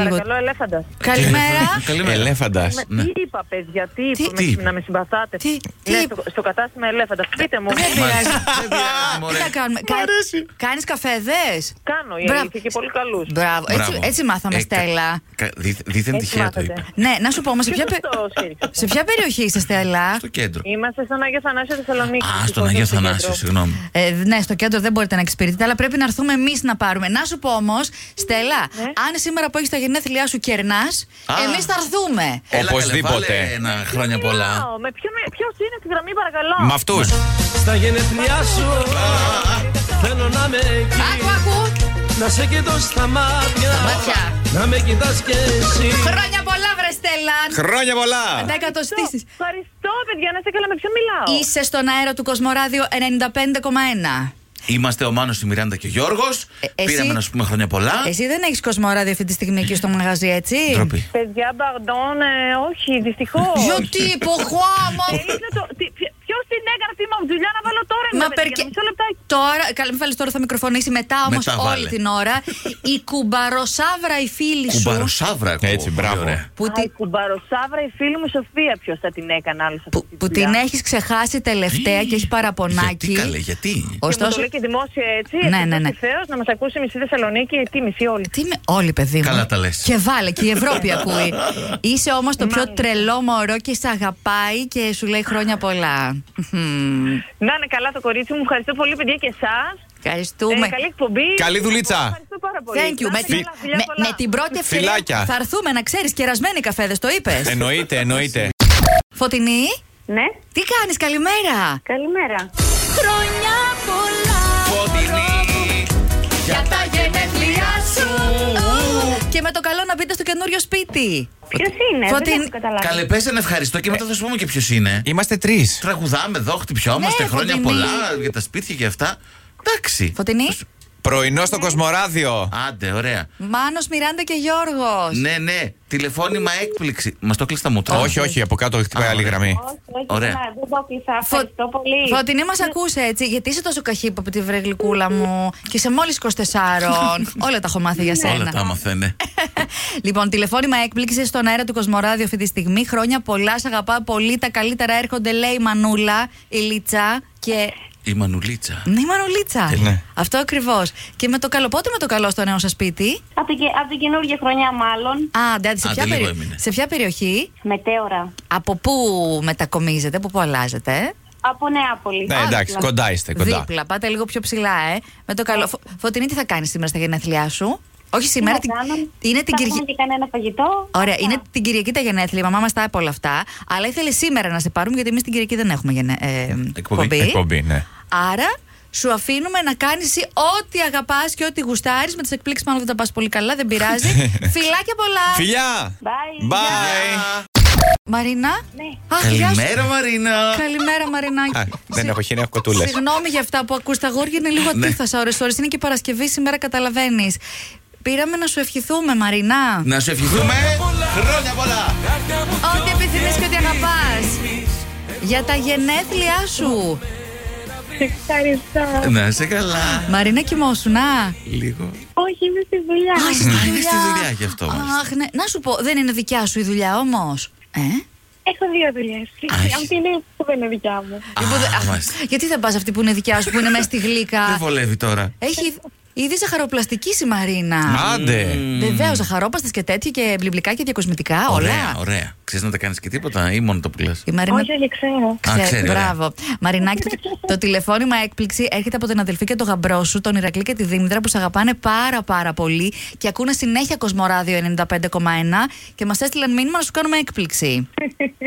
Παρακαλώ, ελέφαντας. Καλημέρα. Καλημέρα. Ελέφαντας. Με τι είπα, πες, γιατί ναι. Τι- με- τι? να με συμπαθάτε. Τι- τι Ναι, είπα? στο, στο κατάστημα ελέφαντας. Πείτε μου, ε, Δεν πειράζει. Δεν πειράζει, Τι μωρέ. να κάνουμε. Κα... Κάνει καφέδε. κάνω η Μπράβο. αλήθεια και πολύ καλούς. Μπράβο. Έτσι, Μπράβο. έτσι μάθαμε, Ε, Στέλλα. κα- κα- δι- Δίθεν Έτσι τυχαία το μάθατε. είπε. Ναι, να σου πω όμως σε, Ποιος ποια... το πε- στήριξε αυτό? σε ποια περιοχή είσαι, Στέλλα. Στο κέντρο. Είμαστε στον Άγιο Θανάσιο Θεσσαλονίκη. Α, στον δυστυχώς, Αγίο στο κέντρο. Θανάσιο, συγγνώμη. Ε, ναι, στο κέντρο δεν μπορείτε να εξυπηρετείτε, αλλά πρέπει να έρθουμε εμείς να πάρουμε. Να σου πω όμως, Στέλλα, αν σήμερα που έχεις τα γενέθλιά σου κερνάς, Α. εμείς θα έρθουμε. Έλα, καλέ, Οπωσδήποτε. βάλε Ένα χρόνια πολλά. Πάω, Με ποιο, με- ποιος είναι στη γραμμή, παρακαλώ. Με αυτούς. Στα γενέθλιά σου Θέλω να με Ακού, εκεί ακού. Να σε κοιτώ στα μάτια μάτια. Να με κοιτάς κι εσύ Χρόνια πολλά, βρε Στέλλα. Χρόνια πολλά. Να εκατοστήσει. Ευχαριστώ, παιδιά, να είστε καλά. Με ποιον μιλάω. Είσαι στον αέρα του Κοσμοράδιο 95,1. Είμαστε ο Μάνος, η Μιράντα και ο Γιώργος Ε, εσύ- Πήραμε να σου πούμε χρόνια πολλά. Εσύ δεν έχεις Κοσμοράδιο αυτή τη στιγμή εκεί στο μαγαζί, έτσι. Ντροπή. Παιδιά, μπαρντών, ε, όχι, δυστυχώς. Γιατί, ποχώμα. Ε, Ποιο την έκανε αυτή η μαουτζουλιά να βάλω τώρα, Μα εμένα, παιδιά, περκε- Μισό λεπτάκι. Τώρα, καλά, μην βάλεις τώρα, θα μικροφωνήσει μετά όμως Μετά όλη βάλε. την ώρα. Η κουμπαροσάβρα, η φίλη σου. Κουμπαροσάβρα ακούω. Έτσι, μπράβο. Ωραία. Που, Άι, τη- κουμπαροσάβρα, η φίλη μου Σοφία, ποιος θα την έκανε άλλο σε αυτή που, τη που δουλειά. την έχεις ξεχάσει τελευταία και έχει παραπονάκι. Γιατί καλέ, γιατί. Και μου το Ωστόσο. λέει και δημόσια έτσι. Ναι, ναι, ναι. Θεός να μας ακούσει μισή Θεσσαλονίκη, τι μισή όλοι. Τι με όλοι, παιδί μου. Καλά τα λες. Και βάλε και η Ευρώπη ακούει. Είσαι όμως το πιο Ναι. τρελό μωρό και σε αγαπάει και σου λέει χρόνια πολλά. Μμμ. Να είναι καλά το κορίτσι μου. Ευχαριστώ πολύ, παιδιά, και εσάς. Ευχαριστούμε. Ε, καλή εκπομπή. Καλή δουλίτσα. Ευχαριστώ πάρα πολύ. Thank you. Να Με, είστε καλά, με, φιλιά πολλά. με την πρώτη ευκαιρία Φιλάκια. θα έρθουμε να ξέρεις. Κερασμένοι καφέδες, το Ε, ναι. είπες. Εννοείται, εννοείται. Φωτεινή, Ναι, τι κάνεις, καλημέρα. καλημέρα. Χρόνια πολλά. Φωτεινή. Για τα γενέθλιά σου. Και με το καλό να μπείτε στο καινούριο σπίτι. Ποιος είναι, δεν Φωτεινή. έχω καταλάβει. Καλέ, πες ένα ευχαριστώ και μετά θα σου πούμε και ποιος είναι. Είμαστε τρεις. Τραγουδάμε εδώ, χτυπιόμαστε Ναι, χρόνια Φωτεινή. πολλά για τα σπίτια και αυτά. Εντάξει. Φωτεινή, Πρωινό στο Κοσμοράδιο. Άντε, ωραία. Μάνος, Μιράντα και Γιώργος. Ναι, ναι. Τηλεφώνημα έκπληξη. Μας το κλείσει τα μούτρα. Όχι, όχι, από κάτω χτυπάει Α, άλλη ωραία. γραμμή. Όχι, όχι, Ωραία. καλά, δεν το κλείσα. Φω- Ευχαριστώ πολύ. Φωτεινή, μας Ναι. ακούσε έτσι. Γιατί είσαι τόσο καχύποπτη, βρε γλυκούλα μου. Και είσαι μόλις 24. Όλα τα έχω μάθει για Ναι, σένα. Όλα τα μαθαίνε. Λοιπόν, τηλεφώνημα έκπληξη στον αέρα του Κοσμοράδιο αυτή τη στιγμή. Χρόνια πολλά, σε αγαπάω πολύ. Τα καλύτερα έρχονται, λέει η Μανούλα, η Λίτσα και. Η Μανουλίτσα. Ναι, η Μανουλίτσα. Ε, ναι. Αυτό ακριβώς. Και με το καλό, πότε με το καλό στο νέο σας σπίτι. Από την, από την καινούργια χρονιά, μάλλον. Α, άντε, άντε, σε, Άντε, ποια λίγο περι- έμεινε. σε ποια περιοχή, Μετέωρα. από πού μετακομίζετε, από πού αλλάζετε. ε? Από Νεάπολη. δηλαδή, Ναι, εντάξει, Άδικνα. κοντά είστε, κοντά. Δίπλα, πάτε λίγο πιο ψηλά, ε. Με το καλό. Φω- Φωτεινή, τι θα κάνεις σήμερα στα γενέθλιά σου. Όχι Τι σήμερα, να την- κάνω, είναι θα την Κυριακή. φάμε και κανένα φαγητό. Ωραία, Αυτά. είναι την Κυριακή τα γενέθλια. Η μαμά μας τα είπε όλα αυτά. Αλλά ήθελε σήμερα να σε πάρουμε, γιατί εμείς την Κυριακή δεν έχουμε γενε... ε, εκπομπή. Εκπομπή, ναι. Άρα σου αφήνουμε να κάνεις ό,τι αγαπάς και ό,τι γουστάρεις. Με τις εκπλήξεις, μάλλον δεν τα πας πολύ καλά, δεν πειράζει. Φιλάκια πολλά. Φιλιά! Bye. Bye! Μαρίνα. Ναι. Αχ, γεια σου. Καλημέρα, Μαρίνα. Καλημέρα, Μαρινάκη. Α, δεν έχω χίνη, έχω κοτούλες. Συγγνώμη για αυτά που ακούς. Τα γόρια είναι λίγο Ναι. ατίθασα ώρες ώρες. Είναι και Παρασκευή σήμερα, καταλαβαίνεις. Πήραμε να σου ευχηθούμε, Ναι, Μαρινά. Να σου ευχηθούμε χρόνια πολλά. Ό,τι επιθυμείς και ό,τι αγαπάς Για τα γενέθλιά σου Ευχαριστώ. Να είσαι καλά. Μαρίνα κοιμόσουνα Λίγο. Όχι, είμαι στη δουλειά. Α, είσαι στη Είσαι δουλειά. στη δουλειά γι' αυτό, μάλιστα. Αχ, ναι. Να σου πω, δεν είναι δικιά σου η δουλειά όμως Ε? Έχω δύο δουλειές. Άχι. Αυτή είναι που δεν είναι δικιά μου. Λοιπόν, δε- Α, αχ, μάλιστα. Γιατί δεν πας αυτή που είναι δικιά σου που είναι μέσα στη Δεν γλύκα βολεύει τώρα. Έχει ήδη ζαχαροπλαστική η Μαρίνα Άντε! Βεβαίως, ζαχαρόπαστες και τέτοια και μπλιμπλικά και διακοσμητικά Ωραία, όλα ωραία. Ξέρεις να τα κάνεις και τίποτα ή μόνο το που λες. Ε, Η Μαρίνα Όχι, όχι, ξέρω. Α, Ξέρει, ξέρει, ωραία. μπράβο. Μαρινάκη, το, το τηλεφώνημα έκπληξη έρχεται από την αδελφή και τον γαμπρό σου, τον Ηρακλή και τη Δήμητρα, που σε αγαπάνε πάρα πάρα πολύ και ακούνε συνέχεια Κοσμοράδιο 95,1 και μας έστειλαν μήνυμα να σου κάνουμε έκπληξη.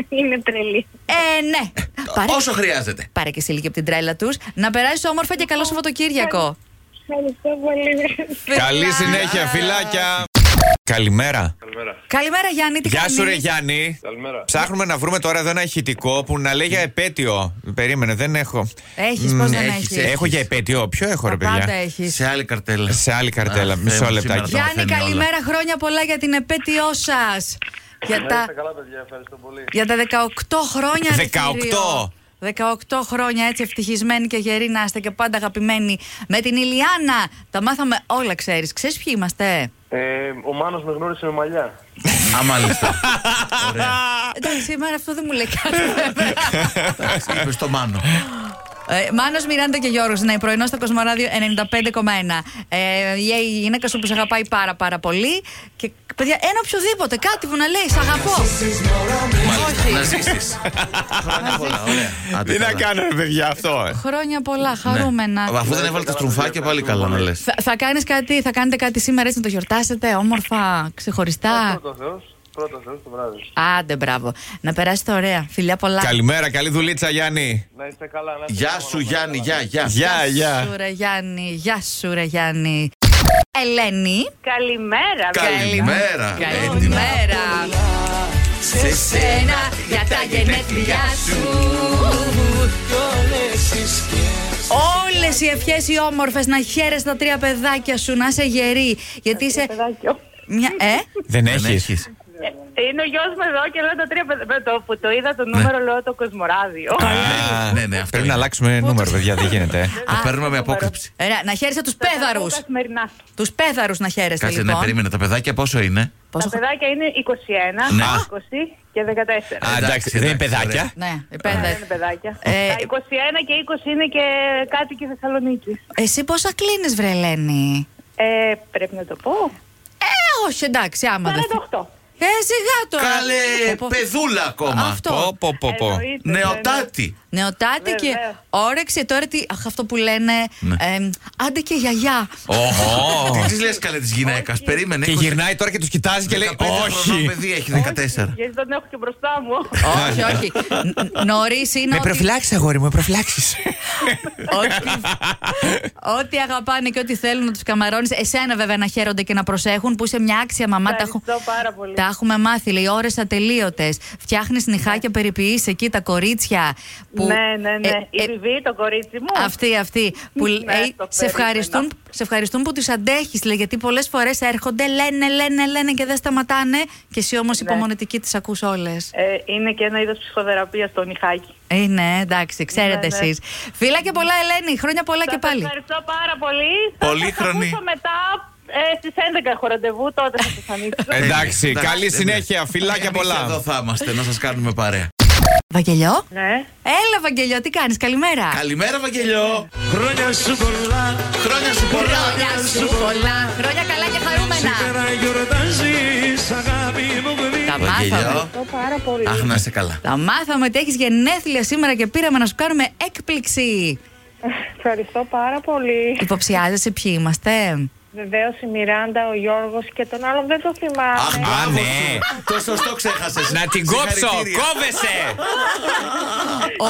Είναι τρελή. Ε, ναι. Πάρε, Όσο χρειάζεται. πάρε και εσύ λίγη από την τρέλα τους. Να περάσεις όμορφα και καλό Σαββατοκύριακο. Ευχαριστώ πολύ. Καλή συνέχεια, φιλάκια! Καλημέρα. Καλημέρα, Γιάννη. Τι Γεια σου, ρε κάνεις? Γιάννη. Ψάχνουμε να βρούμε τώρα εδώ ένα ηχητικό που να λέει για επέτειο. Περίμενε, δεν έχω. Έχεις, Μ, πώς δεν έχεις, έχεις. έχεις. Έχω για επέτειο. Ποιο έχω, Τα ρε Πάντα παιδιά. έχεις. Σε άλλη καρτέλα. Σε άλλη καρτέλα. Α, Μισό Θεέ μου, σήμερα τα λεπτάκι. Γιάννη, μαθαίνει όλα. καλημέρα. Χρόνια πολλά για την επέτειό σας. Για τα... Για τα 18 χρόνια 18. αριθμίριο. 18 χρόνια έτσι ευτυχισμένοι και γεροί να είστε και πάντα αγαπημένοι με την Ηλιάνα. Τα μάθαμε όλα, ξέρεις. Ξέρεις ποιοι είμαστε. Ε, ο Μάνος με γνώρισε με μαλλιά. Α, μάλιστα. Ωραία. Εντάξει, εμένα αυτό δεν μου λέει κάτι. βέβαια. Είπε στο μάνο. ε, Μάνος Μιράντα και Γιώργος, ναι, πρωινό στο Κοσμοράδιο 95,1. Ε, η γυναίκα σου που σε αγαπάει πάρα πάρα πολύ. Και παιδιά, ένα οποιοδήποτε, κάτι που να λέει, σ' αγαπώ. Ναι. Μάλιστα. Όχι. Να ζήσει. Χρόνια πολλά. Ωραία. Άντε, Τι να καλά. κάνω, ρε παιδιά, αυτό. ε. Χρόνια πολλά, Ναι. χαρούμενα. Αφού δεν έβαλε τα στρουμφάκια πάλι καλά να λες. Θα, θα, κάνεις κάτι, θα κάνετε κάτι σήμερα έτσι να το γιορτάσετε όμορφα, ξεχωριστά. Πρώτο Θεός, πρώτος Θεός το βράδυ. Άντε, μπράβο. Να περάσετε ωραία. Φιλιά πολλά. Καλημέρα, καλή δουλίτσα, Γιάννη. Να είστε καλά. να είστε Γεια καλά, σου, να είστε Γιάννη, γεια, καλά. γεια. Γεια, σου, γεια. ρε Γιάννη. Γεια σου, ρε Γιάννη. Ελένη. Καλημέρα, Κα- Καλημέρα. Ε, Έτοιμα. Σε σένα για τα γενέθλιά σου. Όλες οι ευχές οι όμορφες να χαίρεσαι τα τρία παιδάκια σου, να είσαι γερή. Γιατί είσαι. παιδάκιο. Μια... Ε, Δεν Δεν έχει. έχεις. Ε, Είναι ο γιος μου εδώ και λέω τα τρία παιδ- με το που το είδα Ναι. το νούμερο, λέω το Κοσμοράδιο. Ναι, ναι, αυτό Πρέπει είναι. να αλλάξουμε νούμερο, παιδιά, δεν γίνεται. ε. Το παίρνουμε με απόκρυψη. Ωραία, να χαίρεσαι τους πέδαρους. Καθημερινά. Τους πέδαρους να χαίρεσαι Κάτσε, ναι, λοιπόν. περίμενε. Τα παιδάκια πόσο είναι. Τα Πόσο... παιδάκια είναι 21, Ναι. 20 και 14. Α, εντάξει, δεν είναι παιδάκια. Ναι, οι Δεν πέδα- είναι παιδάκια. Ε, Τα 21 και 20 είναι και κάτι και Θεσσαλονίκη. Εσύ πόσα κλείνεις βρε Ελένη. Ε, πρέπει να το πω. Ε, όχι, εντάξει, άμα δεν. 48. Ε, σιγά τώρα. Καλέ, Οπό- παιδούλα ακόμα. Αυτό. Πω, πω, πω, πω. Εννοείται, ναι, Νεοτάτη. Νεοτάτη και Βεβαίως. όρεξη. Τώρα τι, αχ, αυτό που λένε. Ναι. εμ, άντε και γιαγιά. Ω, Τι της λες καλέ της γυναίκας. Περίμενε. ναι. Και 20, γυρνάει τώρα και τους κοιτάζει και λέει 15 χρονών Όχι. παιδί έχει ναι. 14. Γιατί τον έχω και μπροστά μου. Ναι. όχι, όχι. Νωρίς είναι Με ότι, προφυλάξεις, αγόρι μου, με προφυλάξεις. ό,τι, ό,τι αγαπάνε και ό,τι θέλουν να τους καμαρώνεις. Εσένα βέβαια να χαίρονται και να προσέχουν που είσαι μια άξια μαμά. Τα, Ευχαριστώ έχω- πάρα πολύ. τα έχουμε μάθει. Λέει ώρες ατελείωτες. Φτιάχνεις νυχάκια, περιποιείς εκεί τα κορίτσια. που- Ναι, ναι, ναι. ε, Η ε, Βιβί, το κορίτσι μου. Αυτή, αυτή. Που Ναι, λέει, το σε, ευχαριστούν, περίμενα. σε ευχαριστούν που του αντέχεις, λέει, γιατί πολλές φορές έρχονται, λένε, λένε, λένε και δεν σταματάνε. Και εσύ όμως Ναι. υπομονετική τις ακούς όλες. Ε, είναι και ένα είδος ψυχοθεραπείας το νυχάκι. Είναι, Ε, εντάξει, ξέρετε Ναι, ναι. εσείς. Φίλα και πολλά, Ελένη. Χρόνια πολλά και Σας πάλι. Ευχαριστώ πάρα πολύ. Πολύχρονη. Θα σας ακούσω μετά ε, στις 11 έχω ραντεβού, τότε θα σας Ε, ανοίξω. Ε. Εντάξει, καλή δεν συνέχεια, είναι. φιλάκια Ε, Εμείς Εδώ πολλά. θα είμαστε, να σας κάνουμε παρέα. Βαγγελιό. ναι. Έλα, Βαγγελιό, τι κάνεις, καλημέρα. Καλημέρα, Βαγγελιό. Χρόνια σου πολλά, Χρόνια σου πολλά. Χρόνια σου πολλά. Χρόνια καλά και χαρούμενα. σήμερα γιορτάζεις αγάπη μου γλυκά. Τα μάθαμε. Βαγγελιό. Ευχαριστώ πάρα πολύ. Αχ, να είσαι καλά. Τα μάθαμε ότι έχεις γενέθλια σήμερα και πήραμε να σου κάνουμε έκπληξη. Ευχαριστώ πάρα πολύ. Υποψιάζεσαι ποιοι είμαστε. Βεβαίως η Μιράντα, ο Γιώργος και τον άλλον δεν το Αχ, θυμάμαι. μπράβο ναι. σου. Το σωστό ξέχασες. Να την κόψω, κόβεσαι!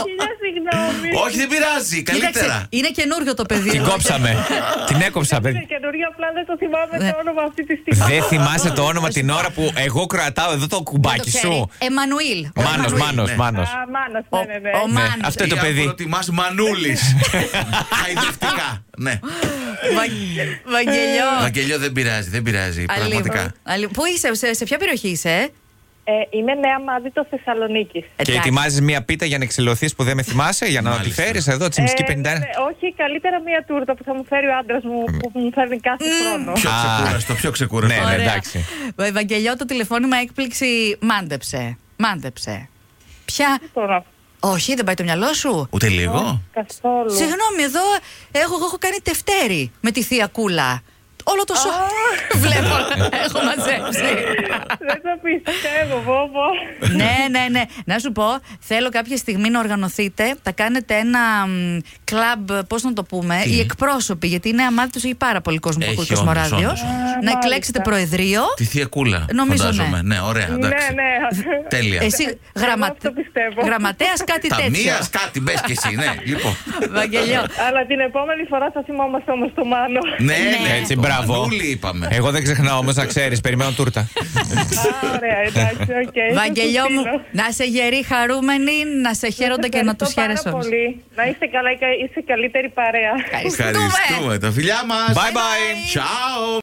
Χίλια συγγνώμη. Όχι, δεν πειράζει. Κοίταξε, Καλύτερα. είναι καινούριο το παιδί. Την κόψαμε. Την έκοψα, Είναι παιδί. καινούργια, απλά δεν το θυμάμαι Ναι. το όνομα αυτή τη στιγμή. Δεν θυμάσαι το όνομα την ώρα που εγώ κρατάω εδώ το κουμπάκι σου. Εμμανουήλ. Μάνος, Εμμανουήλ, μάνος, ναι. μάνος. Α, Μάνος, Ο, ναι, ναι, ναι. ο Ναι, Μάνος. αυτό είναι το παιδί. Προτιμάς Μανούλης. Χαϊδευτικά. Ναι. Βαγγε- Βαγγελιό. Βαγγελιό δεν πειράζει, δεν πειράζει. Ε, Αλίμ. Πραγματικά. Αλίμ. Πού είσαι, σε, σε ποια περιοχή είσαι, ε? Ε, Είμαι νέα μάδιτο Θεσσαλονίκη. Και Εντάξει. ετοιμάζεις μία πίτα για να ξυλωθεί που δεν με θυμάσαι, για να τη Μάλιστα. φέρεις εδώ, Ε, τσιμισκή 51. Ε, ναι, ναι. όχι, καλύτερα μία τούρτα που θα μου φέρει ο άντρας μου που μου φέρνει κάθε χρόνο. Πιο Α. ξεκούραστο, πιο ξεκούραστο. Ναι, ναι. Ωραία. εντάξει. Ε, Βαγγελιό, το τηλεφώνημα έκπληξη μάντεψε. Μάντεψε. Ποια. Τώρα, Όχι, δεν πάει το μυαλό σου. Ούτε λίγο. καθόλου. Συγγνώμη, εδώ έχω, εγώ έχω κάνει τευτέρι με τη θεία κούλα. Όλο το σώμα. Βλέπω, έχω μαζέψει. Δεν το πιστεύω, βόβο. ναι, ναι, ναι. Να σου πω, θέλω κάποια στιγμή να οργανωθείτε, θα κάνετε ένα μ, κλαμπ, πώς να το πούμε, Τι? οι εκπρόσωποι, γιατί είναι αμάτητο, έχει πάρα πολύ κόσμο που Έχει, ακούει όντως, Κοσμοράδιο. όντως, όντως. Να Α, εκλέξετε προεδρείο. Τη θεία κούλα. Νομίζω φαντάζομαι. Ναι, ωραία, ναι, εντάξει. ναι. Τέλεια. Εσύ γραμμα... Ε, αυτό πιστεύω. γραμματέας, κάτι τέτοιο. Ταμεία, κάτι μπες κι εσύ, ναι. Λοιπόν. Βαγγελιό. Αλλά την επόμενη φορά θα θυμόμαστε όμως το Μάνο. Ναι, Ναι. ναι, Έτσι, το μπράβο. Μανούλη είπαμε. Εγώ δεν ξεχνάω όμως, να ξέρεις. Περιμένω τούρτα. Α, Ωραία, εντάξει, οκ. θα Βαγγελιό σου μου, στείλω. να σε γεροί χαρούμενοι, να σε χαίρονται και να τους Ευχαριστώ χαίρεσαι πάρα όλους. πολύ. Να είστε καλά και είστε καλύτερη παρέα. Ευχαριστούμε. Ευχαριστούμε. Τα φιλιά μας. Bye bye. Ciao.